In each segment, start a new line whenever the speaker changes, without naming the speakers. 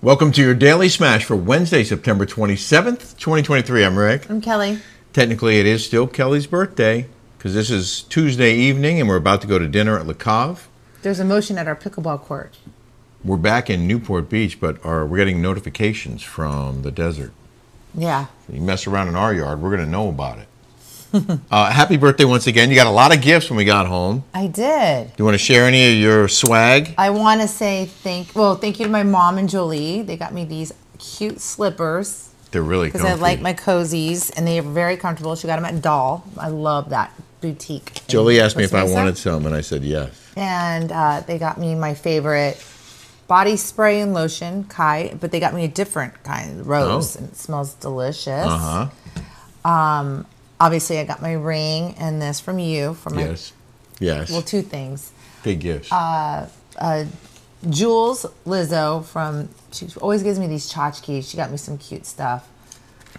Welcome to your Daily Smash for Wednesday, September 27th, 2023. I'm Rick.
I'm Kelly.
Technically, it is still Kelly's birthday because this is Tuesday evening and we're about to go to dinner at La Cave.
There's a motion at our pickleball court.
We're back in Newport Beach, but are, we're getting notifications from the desert.
Yeah.
You mess around in our yard, we're going to know about it. uh, happy birthday once again. You got a lot of gifts when we got home.
I did.
Do you want to share any of your swag?
I want to say thank, well, thank you to my mom and Jolie. They got me these cute slippers
They're really
because
comfy.
I like my cozies and they are very comfortable. She got them at Doll. I love that boutique. in
Jolie asked me if I
Costa Mesa.
wanted some, and I said yes.
And uh, they got me my favorite body spray and lotion, Kai, but they got me a different kind, Rose,
Oh.
and it smells delicious.
Uh huh.
Obviously, I got my ring and this from you for my
Yes. Yes.
well, two things.
Big gifts.
Jules Lizzo from she always gives me these tchotchkes. She got me some cute stuff.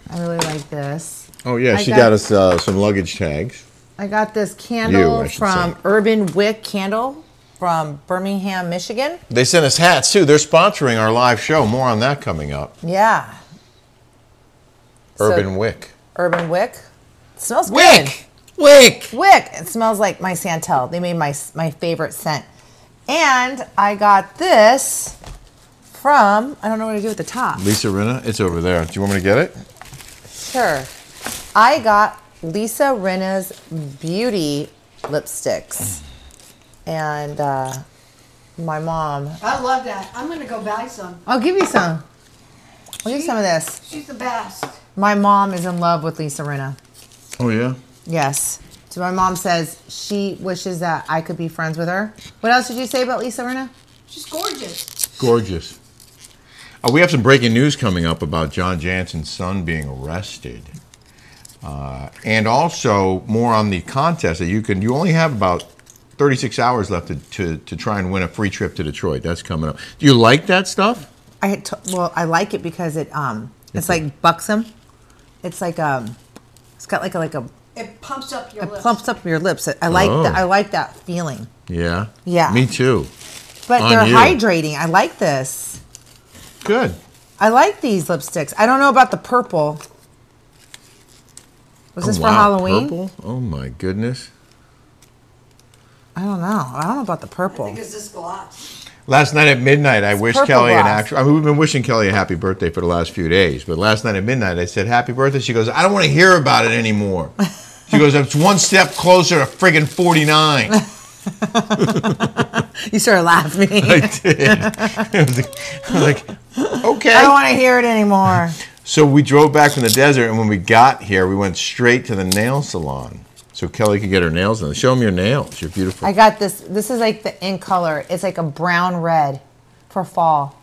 I really like this.
oh yeah,
I
she
got-
got, us uh, some luggage tags.
I got this candle
I should
from
say.
Urban Wick Candle from Birmingham, Michigan.
They sent us hats too. They're sponsoring our live show. More on that coming up.
Yeah, So-
Urban Wick.
Urban Wick. It smells good.
Wick. Wick.
Wick. It smells like my Santel. They made my my favorite scent. And I got this from I don't know what to do with the top.
Lisa Rinna, it's over there. Do you want me to get it?
Sure. I got Lisa Rinna's beauty lipsticks. And uh, my mom.
I love that. I'm gonna go buy some.
I'll Oh, give you some. I'll give you some of this.
She's the best.
My mom is in love with Lisa Rinna.
Oh yeah.
Yes. So my mom says she wishes that I could be friends with her. What else did you say about Lisa Rinna?
She's gorgeous.
Gorgeous. Uh, we have some breaking news coming up about John Jansen's son being arrested. Uh, and also more on the contest that you can, you only have about 36 hours left to, to, to try and win a free trip to Detroit. That's coming up. Do you like that stuff?
I had t- well, I like it because it um, it's like buxom. It's like um, it's got like a like a
It pumps up your
it
lips.
plumps up your lips. I like
Oh.
that. I like that feeling.
Yeah.
Yeah.
Me too.
But
on
they're
you.
hydrating. I like this.
Good.
I like these lipsticks. I don't know about the purple. Was this
Oh,
for
wow,
Halloween?
Purple? Oh my goodness.
I don't know. I don't know about the
I
purple.
think it's this gloss.
Last night at midnight, I wished
purple
Kelly an
glass.
actual. I mean, we've been wishing Kelly a happy birthday for the last few days, but last night at midnight, I said happy birthday. She goes, I don't want to hear about it anymore. She goes, it's one step closer to friggin' 49.
You started laughing.
I did. I was like- I was like, okay.
I don't want to hear it anymore.
So we drove back from the desert, and when we got here, we went straight to the nail salon so Kelly could get her nails done. Show them your nails. You're beautiful.
I got this. This is like the in color. It's like a brown red for fall.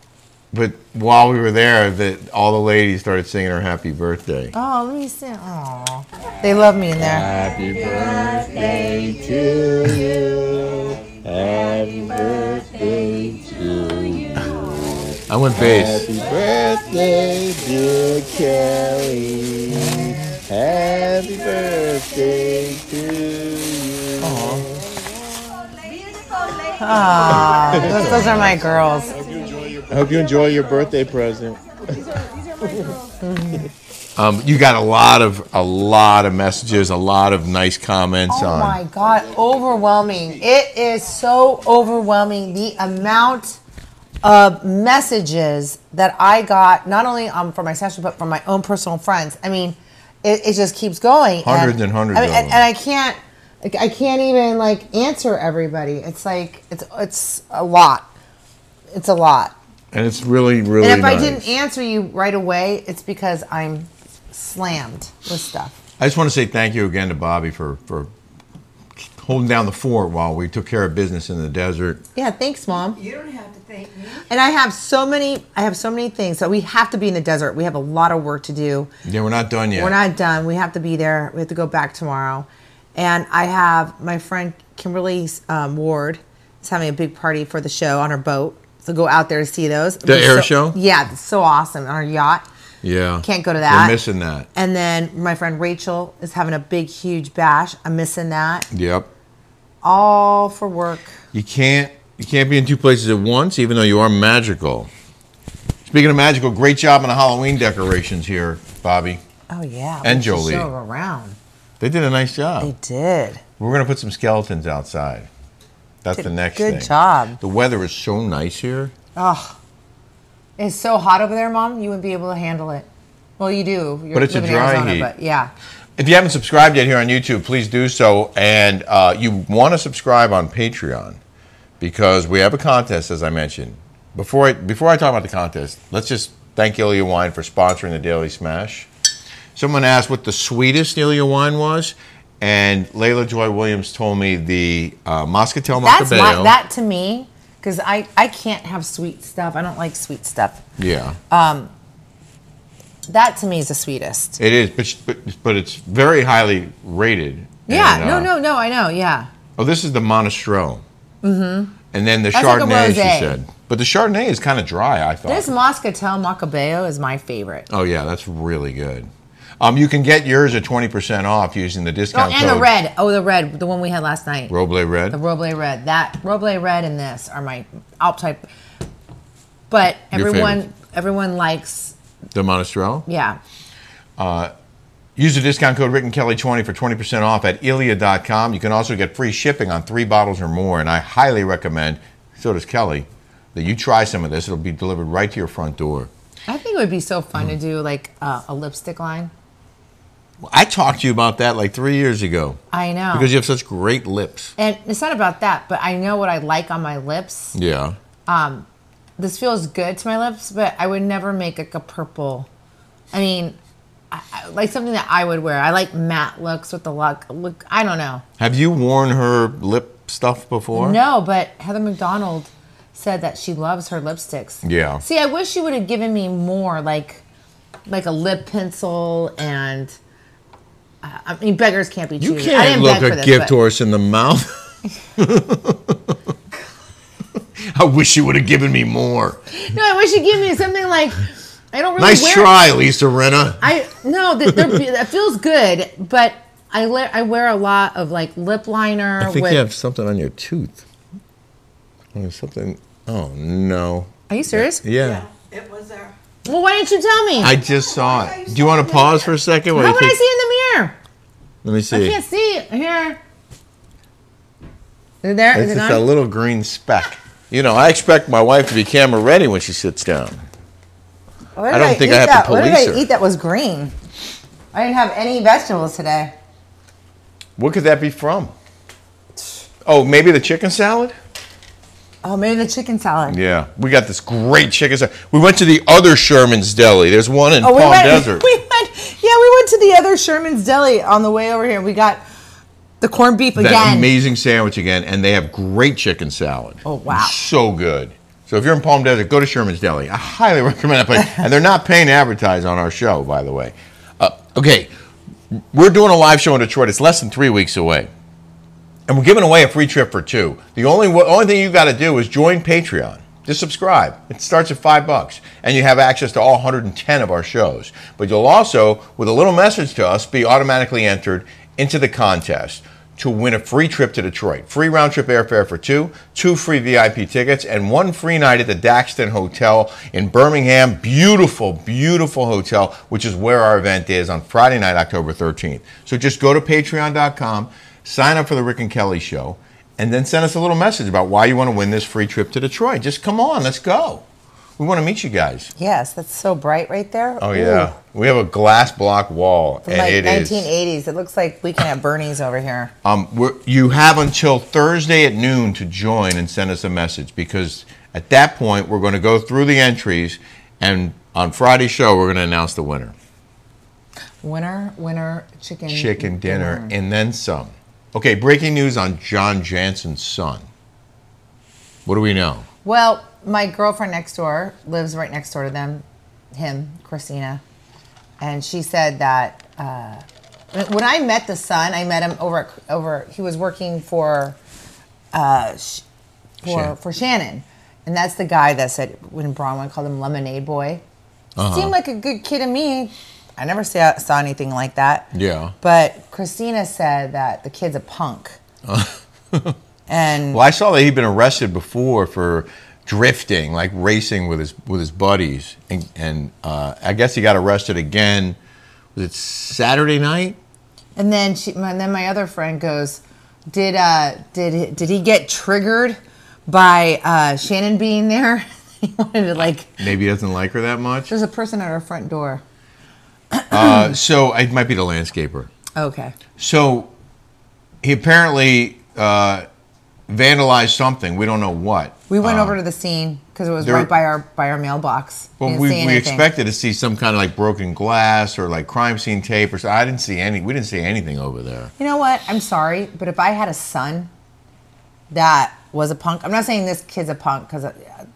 But while we were there, the, all the ladies started singing her happy birthday.
Oh, let me see. Oh, they love me in there.
Happy birthday to you. Happy birthday to you. I went bass. Happy birthday, dear Kelly. Happy birthday to you.
Aw, those, those are my girls.
I hope you enjoy your birthday present. Um, you got a lot of a lot of messages, a lot of nice comments
Oh
on.
my God, overwhelming. It is so overwhelming the amount of messages that I got, not only um, from my session, but from my own personal friends. I mean, it, it just keeps going.
Hundreds and hundreds
I mean,
of
and,
them.
and I can't, like, I can't even like answer everybody. It's like, it's, it's a lot. It's a lot.
And it's really, really
And if I
nice.
didn't answer you right away, it's because I'm slammed with stuff.
I just want to say thank you again to Bobby for, for holding down the fort while we took care of business in the desert.
Yeah, thanks, mom.
You don't have to thank me.
And I have so many. I have so many things. So we have to be in the desert. We have a lot of work to do.
Yeah, we're not done yet.
We're not done. We have to be there. We have to go back tomorrow. And I have my friend Kimberly um, Ward is having a big party for the show on her boat. So go out there to see those.
The air
So-
show?
Yeah, it's so awesome on her yacht.
Yeah.
Can't go to that.
We're missing that.
And then my friend Rachel is having a big, huge bash. I'm missing that.
Yep.
All for work.
You can't you can't be in two places at once, even though you are magical. Speaking of magical, great job on the Halloween decorations here, Bobby.
Oh yeah.
And
we should
Jolie.
Show her around.
They did a nice
They
job.
did.
We're gonna put some skeletons outside. That's the next
Good
thing.
job.
The weather is so nice here.
Oh, it's so hot over there, Mom. You wouldn't be able to handle it. Well, you do. You're
But it's a
living in
dry
Arizona,
heat.
But yeah,
If you haven't subscribed yet here on YouTube, please do so. And uh, you want to subscribe on Patreon because we have a contest, as I mentioned. Before I, before I talk about the contest, let's just thank Ilya Wine for sponsoring the Daily Smash. Someone asked what the sweetest Ilya wine was, and Layla Joy Williams told me the uh, Moscatel
that's
Montebello.
my, that to me because I I can't have sweet stuff. I don't like sweet stuff.
yeah,
That to me is the sweetest.
it is, but, but but it's very highly rated.
Yeah.
And, uh,
no. No. No. I know. Yeah.
Oh, this is the Monastro. Mm-hmm. And then the
That's like a
Chardonnay,
rosé.
she said. But the Chardonnay is kind of dry, I thought.
This Moscatel Macabeo is my favorite.
oh, yeah, that's really good. Um, you can get yours at 20% off using the
Oh,
discount
and
code
the red. Oh, the red. The one we had last night.
Roble Red.
The Roble Red. That Roble Red and this are my alt type. But
Your
everyone
favorites.
everyone likes
the Monastro.
yeah.
Use the discount code Rick and Kelly 20 for 20% off at ilia.com. You can also get free shipping on three bottles or more. And I highly recommend, so does Kelly, that you try some of this. It'll be delivered right to your front door.
I think it would be so fun to do like uh, a lipstick line.
I talked to you about that like three years ago
I know.
because you have such great lips.
and it's not about that, but I know what I like on my lips.
Yeah.
This feels good to my lips, but I would never make like a purple. I mean, I, I, like something that I would wear. I like matte looks with the look. Look, I don't know.
Have you worn her lip stuff before?
No, but Heather McDonald said that she loves her lipsticks.
Yeah.
See, I wish she would have given me more, like, like a lip pencil and. I I mean, beggars can't be
You
choosers. I
can't
didn't
look
beg for
a
this,
gift
but-
horse in the mouth. I wish you would have given me more.
No, I wish she'd give me something like. I don't really
Nice
wear.
try, Lisa Renna.
I no, that they're be- that feels good, but I le- I wear a lot of like lip liner.
I think
with,
you have something on your tooth. Or something. Oh no.
Are you serious?
Yeah.
Yeah, it was there.
Well, why didn't you tell me?
I just saw
Why are you
it. Do you want to
saying that?
pause for a second? What
How
do you
would I
think?
see in the mirror?
Let me
I
see.
can't see it here. Is it there?
It's
Is it
just a
on?
little green speck. You know, I expect my wife to be camera ready when she sits down.
What
I
did
don't think I
eat
have to
that? What did
police
I
her.
eat that was green? I didn't have any vegetables today.
What could that be from? Oh, maybe the chicken salad?
Oh, maybe the chicken salad.
Yeah, we got this great chicken salad. We went to the other Sherman's Deli. There's one in
Oh, we
Palm
went,
Desert.
We went, yeah, we went to the other Sherman's Deli on the way over here. We got the corned beef
that
again.
amazing sandwich again, and they have great chicken salad.
Oh, wow.
so good. So if you're in Palm Desert, go to Sherman's Deli. I highly recommend that place. and they're not paying to advertise on our show, by the way. Uh, okay, we're doing a live show in Detroit. It's less than three weeks away, and we're giving away a free trip for two. The only wa- only thing you got to do is join Patreon. Just subscribe. It starts at five bucks, and you have access to all 110 of our shows. But you'll also, with a little message to us, be automatically entered into the contest to win a free trip to Detroit, free round trip airfare for two, two free VIP tickets, and one free night at the Daxton Hotel in Birmingham. Beautiful, beautiful hotel, which is where our event is on Friday night, October 13th. So just go to patreon.com, sign up for the Rick and Kelly show, and then send us a little message about why you want to win this free trip to Detroit. Just come on, let's go. We want to meet you guys.
Yes, that's so bright right there.
Oh yeah, we have a glass block wall,
Ooh,
and
like
it is-
1980s. It looks like we can have Bernie's over here.
Um, we're, you have until Thursday at noon to join and send us a message because at that point we're going to go through the entries, and on Friday's show we're going to announce the winner.
Winner, winner, chicken.
Chicken dinner and then some. Okay, breaking news on John Jansen's son. What do we know?
Well, my girlfriend next door lives right next door to them, him, Christina. And she said that uh, when I met the son, I met him over, at- over he was working for, uh, sh- for,
Shannon.
for Shannon. And that's the guy that said, when Bronwyn called him Lemonade Boy,
Uh-huh.
seemed like a good kid to me. I never saw, saw anything like that.
Yeah.
But Christina said that the kid's a punk. and
Well, I saw that he'd been arrested before for drifting, like racing with his with his buddies, and, and uh, I guess he got arrested again. Was it Saturday night?
And then she, my, then my other friend goes, "Did uh, did he- did he get triggered by uh, Shannon being there? he wanted to like.
Maybe he doesn't like her that much.
There's a person at our front door.
Uh, so it might be the landscaper.
Okay.
So he apparently uh, vandalized something. We don't know what.
We went over to the scene because it was
there-
right by our by our mailbox.
Well,
Didn't
we,
see
we
anything.
expected to see some kind of like broken glass or like crime scene tape or so. I didn't see any. We didn't see anything over there.
You know what? I'm sorry, but if I had a son that was a punk, I'm not saying this kid's a punk because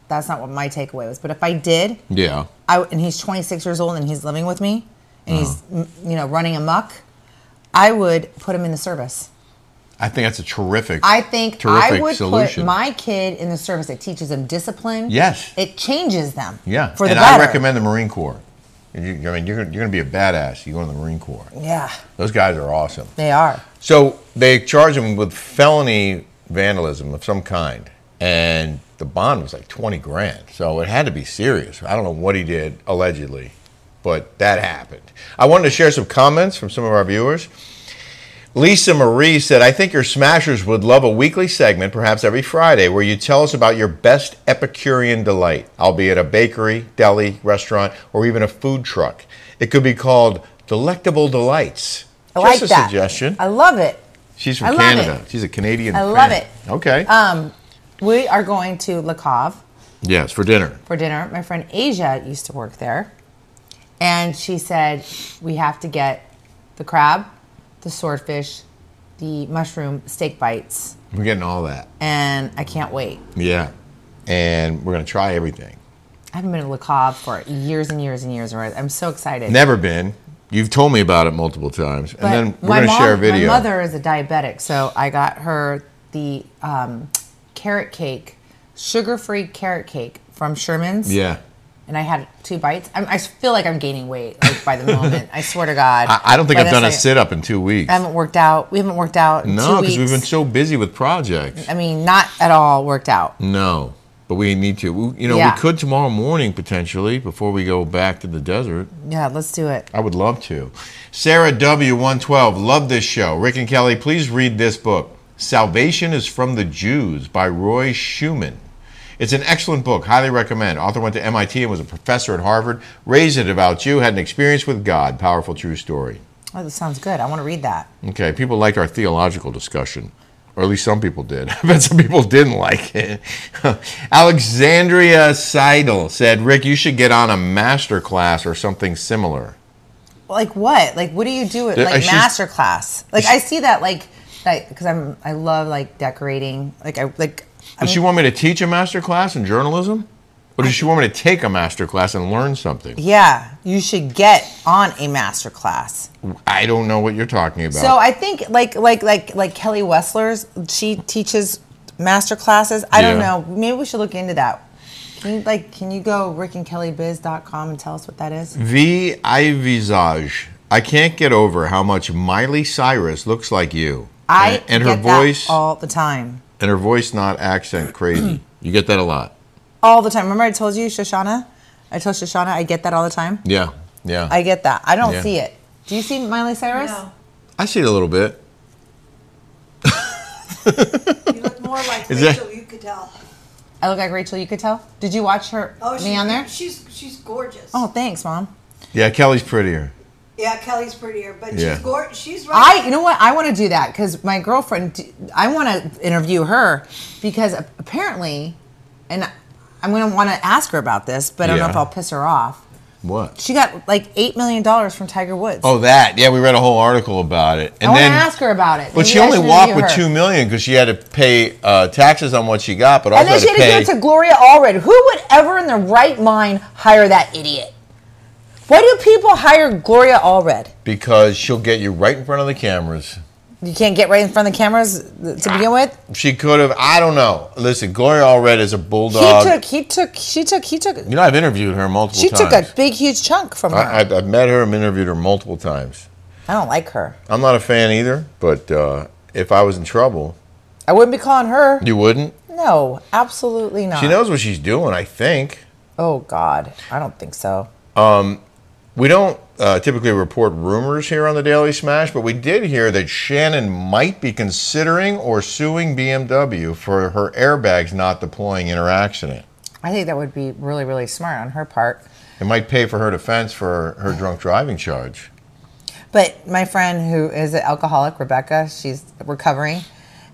that's not what my takeaway was. But if I did,
Yeah.
I, and he's 26 years old and he's living with me and he's m he's you know running amok, I would put him in the service.
I think that's a terrific.
I think I
Terrific
would
solution.
put my kid in the service. It teaches them discipline.
Yes.
It changes them.
yeah.
For the
and I
better.
recommend the Marine Corps. You, I mean, you're, gonna- you're going to be a badass. You go to the Marine Corps.
Yeah,
Those guys are awesome.
they are.
So they charged him with felony vandalism of some kind, and the bond was like twenty grand. So it had to be serious. I don't know what he did allegedly, but that happened. I wanted to share some comments from some of our viewers. Lisa Marie said, I think your smashers would love a weekly segment, perhaps every Friday, where you tell us about your best Epicurean delight, albeit a bakery, deli, restaurant, or even a food truck. It could be called Delectable Delights.
I
Just
like
a
that.
suggestion.
I love it.
She's
I
from
love
Canada.
it.
She's a Canadian.
I love
fan.
it.
Okay.
Um, we are going to La Cave.
yes, for dinner.
for dinner. My friend Asia used to work there. And she said, we have to get the crab, the swordfish, the mushroom steak bites.
We're getting all that.
And I can't wait.
Yeah. And we're gonna try everything.
I haven't been to Le Cave for years and years and years. and years. I'm so excited.
Never been. You've told me about it multiple times, and
But
then we're
my
gonna
mom-
share a video.
My mother is a diabetic, so I got her the um, carrot cake, sugar-free carrot cake from Sherman's.
yeah.
and I had two bites. I'm, I feel like I'm gaining weight like, by the moment. I swear to God.
I, I don't think
By
I've
the
done a
second-
sit up in two weeks.
I haven't worked out. We haven't worked out. In
no,
two
because we've been
weeks.
so busy with projects.
I mean, not at all worked out.
No, but we need to. We, you know,
Yeah.
we could tomorrow morning potentially before we go back to the desert.
Yeah, let's do it.
I would love to. Sarah W112, love this show. Rick and Kelly, please read this book, Salvation is from the Jews by Roy Schumann. It's an excellent book, highly recommend. Author went to MIT and was a professor at Harvard. Raised it about you, had an experience with God. Powerful true story.
Oh, that sounds good. I want to read that.
Okay, people liked our theological discussion, or at least some people did. I bet some people didn't like it. Alexandria Seidel said, Rick, you should get on a master class or something similar.
Like what? Like what do you do at
There-
like
she's-
master class? Like I see that like that because I'm I love like decorating. Like I like I
Does she want me to teach a master class in journalism? Or does she want me to take a master class and learn something?
yeah, you should get on a master class.
I don't know what you're talking about.
So I think like like like like Kelly Wessler's she teaches master classes. I don't
Yeah.
know. Maybe we should look into that. Can you like can you go rickandkellybiz.com and tell us what that
Mm-hmm.
is?
V. I. Visage. I can't get over how much Miley Cyrus looks like you.
I
and, and her
get that
voice
all the time.
and her voice not accent crazy. you get that a lot.
All the time. Remember I told you Shoshana? I told Shoshana I get that all the time.
Yeah. Yeah.
I get that. I don't
Yeah.
see it. Do you see Miley Cyrus?
No,
I see it a little bit.
you look more like
Is that-
Rachel Yucatel.
I look like Rachel, you could tell. Did you watch her
Oh,
me
she's,
on there?
she's she's gorgeous.
Oh, thanks, mom.
Yeah, Kelly's prettier.
Yeah, Kelly's prettier, but
Yeah.
she's gorgeous. She's right.
I, you know what? I want to do that because my girlfriend, I want to interview her because apparently, and I'm going to want to ask her about this, but I don't know if
Yeah.
I'll piss her off.
What?
She got like $8 million from Tiger Woods.
Oh, that. Yeah, we read a whole article about it. And
I want to
then
ask her about it.
But
Maybe
she
I
only
should
walked
interview
with
her.
two million because she had to pay uh, taxes on what she got, but also
And then she had to
pay.
give it to Gloria Allred. Who would ever in their right mind hire that idiot? Why do people hire Gloria Allred?
because she'll get you right in front of the cameras.
You can't get right in front of the cameras to begin with.
She could have. I don't know. Listen, Gloria Allred is a bulldog.
He took, he took, she took, he took.
you know, I've interviewed her multiple
She
times.
took a big, huge chunk from her.
I, I've, I've met her and interviewed her multiple times.
I don't like her.
I'm not a fan either, but uh, if I was in trouble,
I wouldn't be calling her.
you wouldn't.
No. No, absolutely not.
She knows what she's doing, I think.
Oh God, I don't think so.
We don't uh, typically report rumors here on the Daily Smash, but we did hear that Shannon might be considering or suing BMW for her airbags not deploying in her accident.
I think that would be really, really smart on her part.
It might pay for her defense for her drunk driving charge.
But my friend who is an alcoholic, Rebecca, she's recovering,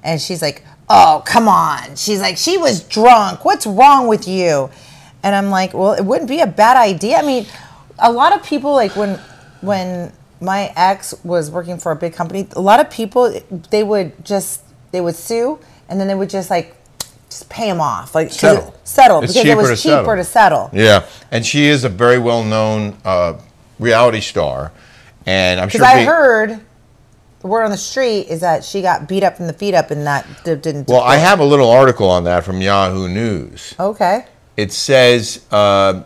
and she's like, "Oh, come on!" She's like, "She was drunk. What's wrong with you?" And I'm like, "Well, it wouldn't be a bad idea. I mean, a lot of people like when when my ex was working for a big company, a lot of people they would just they would sue, and then they would just like just pay them off, like 'cause it-
Settle.
settle
It's
because it
cheaper
was
to
cheaper
settle.
to settle.
Yeah, and she is a very well-known uh, reality star, and I'm sure.
Because I
be-
heard the word on the street is that she got beat up from the feet up, and that d- didn't.
well, I have a little article on that from Yahoo News.
Okay.
It says uh,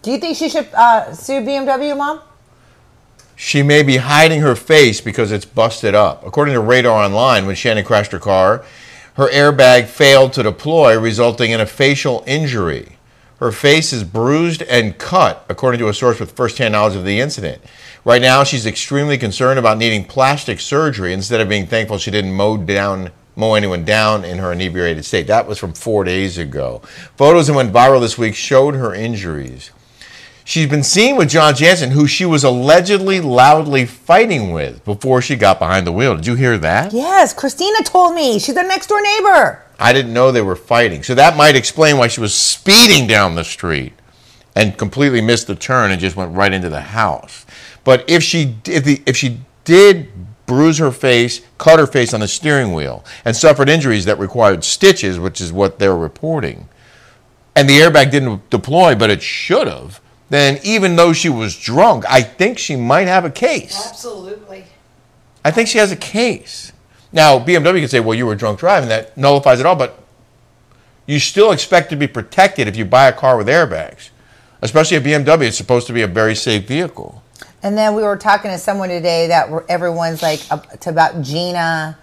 Do you think she should uh, sue BMW, mom?
she may be hiding her face because it's busted up. According to Radar Online, when Shannon crashed her car, her airbag failed to deploy, resulting in a facial injury. Her face is bruised and cut, according to a source with firsthand knowledge of the incident. Right now, she's extremely concerned about needing plastic surgery instead of being thankful she didn't mow down mow anyone down in her inebriated state. That was from four days ago. Photos that went viral this week showed her injuries. She's been seen with John Jansen, who she was allegedly loudly fighting with before she got behind the wheel. Did you hear that?
Yes, Christina told me she's their next door neighbor.
I didn't know they were fighting. So that might explain why she was speeding down the street and completely missed the turn and just went right into the house. But if she if, the, if she did bruise her face, cut her face on the steering wheel and suffered injuries that required stitches, which is what they're reporting. And the airbag didn't deploy, but it should have. Then even though she was drunk, I think she might have a case.
Absolutely.
I think she has a case. Now, BMW could say, well, you were drunk driving. That nullifies it all, but you still expect to be protected if you buy a car with airbags, especially a BMW. It's supposed to be a very safe vehicle.
And then we were talking to someone today that were, everyone's like up to about Gina.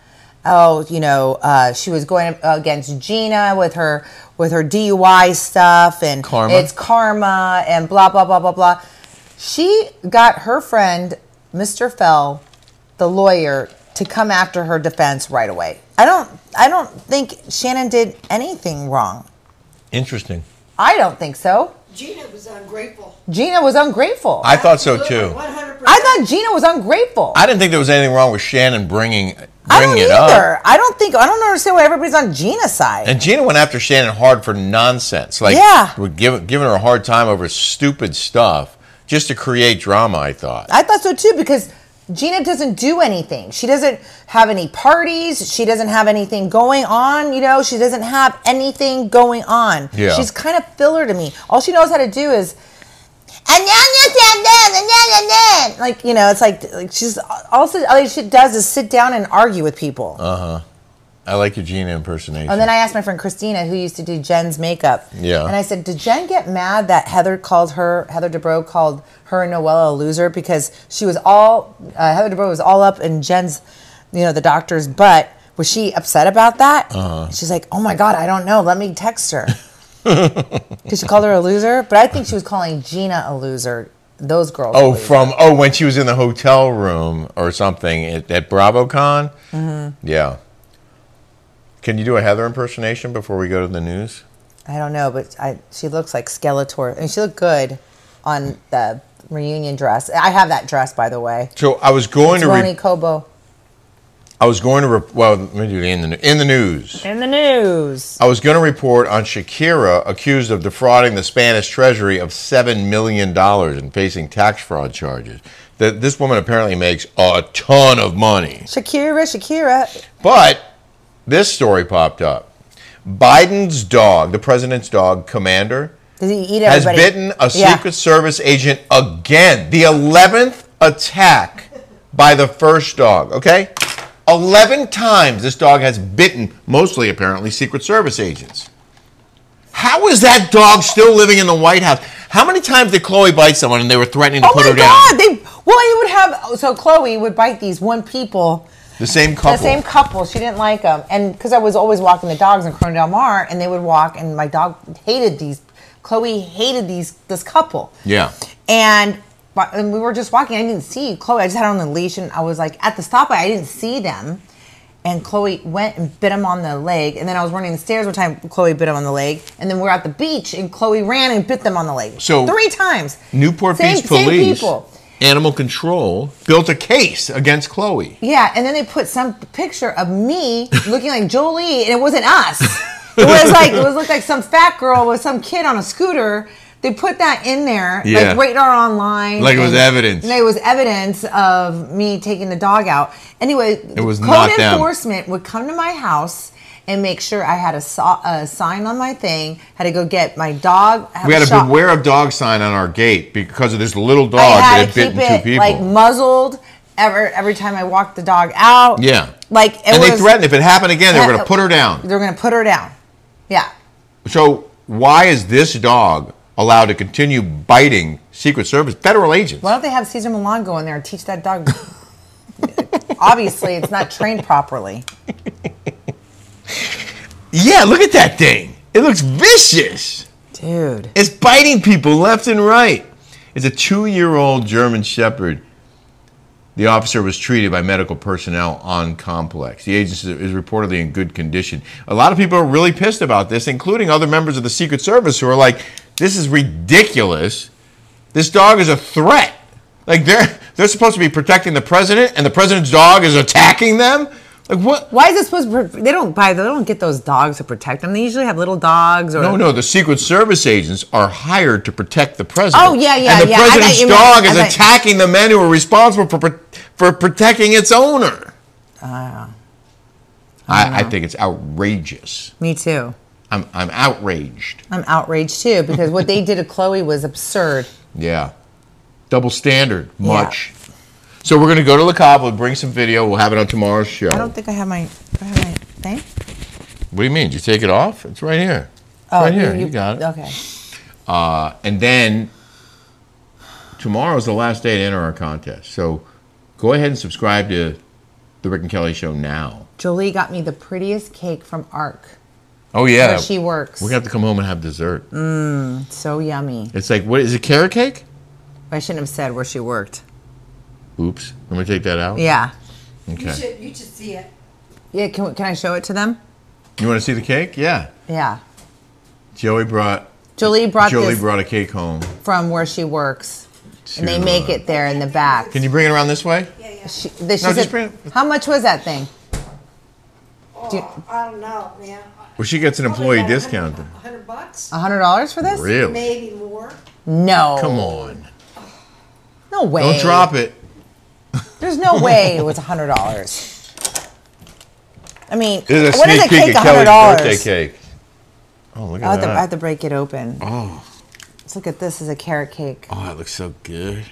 Oh, you know, uh, she was going against Gina with her with her DUI stuff, and
Karma.
it's karma, and blah blah blah blah blah. She got her friend Mr. Fell, the lawyer, to come after her defense right away. I don't, I don't think Shannon did anything wrong.
Interesting.
I don't think so.
Gina was ungrateful.
Gina was ungrateful. I,
I thought so too.
One hundred percent.
thought Gina was ungrateful.
I didn't think there was anything wrong with Shannon bringing, bringing
I don't
it
either.
up.
I don't think I don't understand why everybody's on Gina's side.
And Gina went after Shannon hard for nonsense. Like,
Yeah.
we're giving, giving her a hard time over stupid stuff just to create drama, I thought.
I thought so too because Gina doesn't do anything. She doesn't have any parties. She doesn't have anything going on. You know, she doesn't have anything going on.
Yeah.
She's kind of filler to me. All she knows how to do is. And then you said this, and then and then. Like you know, it's like like she's also all she does is sit down and argue with people.
I like your Gina impersonation.
And then I asked my friend Christina, who used to do Jen's makeup.
Yeah.
And I said, Did Jen get mad that Heather called her, Heather DeBro called her and Noella a loser because she was all, uh, Heather DeBro was all up in Jen's, you know, the doctor's butt. Was she upset about that?
Uh-huh.
She's like, Oh my God, I don't know. Let me text her. Because she called her a loser. But I think she was calling Gina a loser. Those girls. a
Oh,
loser.
from oh when she was in the hotel room or something at, at BravoCon. Mm-hmm. Yeah. Can you do a Heather impersonation before we go to the news?
I don't know, but I, she looks like Skeletor. And she looked good on the reunion dress. I have that dress, by the way.
So I was going to
Ronnie
re-
Kobo.
I was going to re- well let me do the in the in the news.
In the news.
I was going to report on Shakira accused of defrauding the Spanish Treasury of seven million dollars and facing tax fraud charges. That this woman apparently makes a ton of money.
Shakira, Shakira.
But this story popped up. Biden's dog, the president's dog, Commander,
Did he eat
has
everybody?
bitten a
Yeah.
Secret Service agent again. The 11th attack by the first dog, okay? 11 times this dog has bitten, mostly apparently, Secret Service agents. How is that dog still living in the White House? How many times did Chloe bite someone and they were threatening to
Oh
put
my
her
God!
down?
They well, he would have. So Chloe would bite these one people,
The same couple.
The same couple. She didn't like them, and because I was always walking the dogs in Corona Del Mar, and they would walk, and my dog hated these. Chloe hated these this couple.
Yeah.
And, but- and we were just walking. I didn't see Chloe. I just had her on the leash, and I was like at the stoplight. I didn't see them. And Chloe went and bit him on the leg. And then I was running the stairs one time. Chloe bit him on the leg. And then we are at the beach, and Chloe ran and bit them on the leg.
So-
three times.
Newport
Same-
Beach
same
Police,
people.
Animal Control, built a case against Chloe.
Yeah, and then they put some picture of me looking like Jolie, and it wasn't us. It was like it was looked like some fat girl with some kid on a scooter. They put that in there,
Yeah.
like radar online,
Like it was evidence.
and it was evidence of me taking the dog out. Anyway,
It was
code
not them.
enforcement would come to my house and make sure I had a, so- a sign on my thing. Had to go get my dog.
We had a
shot-
beware of dog sign on our gate because of this little dog
I
that
had
had
to keep
bitten two
it
people.
like muzzled every every time I walked the dog out.
Yeah.
like it
and
was,
they threatened if it happened again, they were going to put her down.
They're going to put her down. Yeah.
So why is this dog allowed to continue biting Secret Service federal agents?
Why don't they have Cesar Milan go in there and teach that dog? Obviously, it's not trained properly.
Yeah, look at that thing. It looks vicious.
Dude.
It's biting people left and right. It's a two-year-old German Shepherd. The officer was treated by medical personnel on complex. The agency is reportedly in good condition. A lot of people are really pissed about this, including other members of the Secret Service who are like, this is ridiculous. This dog is a threat. Like they're they're supposed to be protecting the president and the president's dog is attacking them? Like what?
Why is it supposed to? They don't buy. They don't get those dogs to protect them. They usually have little dogs or.
No, no, the Secret Service agents are hired to protect the president.
Oh, yeah, yeah,
And the
yeah, I thought
president's
you meant-
dog
I
is
thought-
attacking the men who are responsible for, pro- for protecting its owner.
Ah.
I, I think it's outrageous.
Me too.
I'm, I'm outraged.
I'm outraged too because what they did to Chloe was absurd.
Yeah. Double standard.
Yeah.
Much. So we're going to go to La Cava, we'll bring some video, we'll have it on tomorrow's show.
I don't think I have my. Do I have my thing?
what do you mean? Did you take it off? It's right here. It's
Oh,
right here. You, got it.
Okay.
Uh, and then tomorrow's the last day to enter our contest. So go ahead and subscribe to the Rick and Kelly Show now.
Jolie got me the prettiest cake from Arc
Oh yeah,
where she Mm. works.
we're gonna have to come home and have dessert.
so yummy.
It's like what is it? Carrot cake?
I shouldn't have said where she worked.
Oops, let me take that out.
Yeah.
You
Okay.
should, you should see it.
Yeah. Can, can I show it to them?
You want to see the cake? Yeah.
Yeah.
Joey brought
Jolie brought
Jolie
this
brought a cake home.
from where she works, and they
to,
make
uh,
it there in the back.
Can you bring it around this way?
Yeah, yeah.
She, the, she
No,
said,
just bring it-
how much was that thing? Do-
Oh, I don't know, man.
Well, she gets an
Oh
employee discount.
A hundred bucks,
A hundred dollars for this?
Really?
maybe more.
No.
Come on.
No way.
Don't drop it.
There's no way it was a hundred dollars. I mean, what
This
is
is a sneak peek
a
at
cake? hundred
Kelly's birthday
dollars.
cake. Oh, look
I'll
at
have, to, I have
that.
to break it open.
Oh,
Let's look at this as a carrot cake.
oh, it looks so good.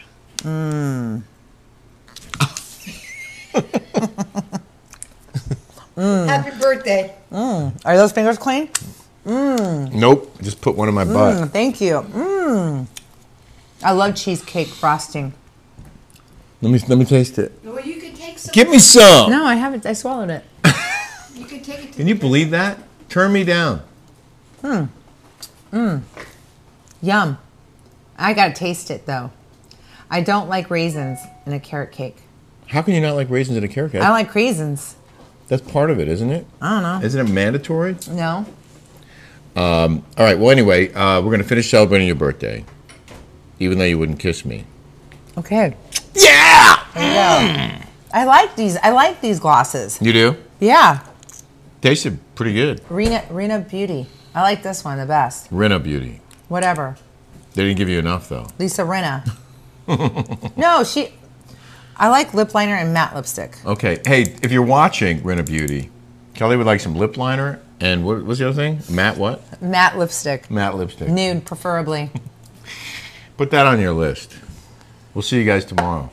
Happy birthday.
Are those fingers clean?
Nope. Just put one in my butt.
Thank you. Mmm. I love cheesecake frosting.
Let me let me taste it.
Well, you could take some.
Give me some.
No, I haven't. I swallowed it.
You could take it. To
Can you believe that? Turn me down.
Yum. I gotta taste it though. I don't like raisins in a carrot cake.
How can you not like raisins in a carrot cake?
I like raisins.
That's part of it, isn't it?
I don't know.
Isn't it mandatory?
No.
All right. Well, anyway, uh, we're gonna finish celebrating your birthday, even though you wouldn't kiss me.
Okay.
Yeah.
I like these. I like these glosses.
You do.
Yeah.
Tasted pretty good.
Rena Rena Beauty. I like this one the best.
Rena Beauty.
Whatever.
They didn't give you enough though.
Lisa Rena. no, she. I like lip liner and matte lipstick.
Okay. Hey, if you're watching Rena Beauty, Kelly would like some lip liner and what was the other thing? Matte what?
Matte lipstick.
Matte lipstick.
Nude, preferably.
Put that on your list. We'll see you guys tomorrow.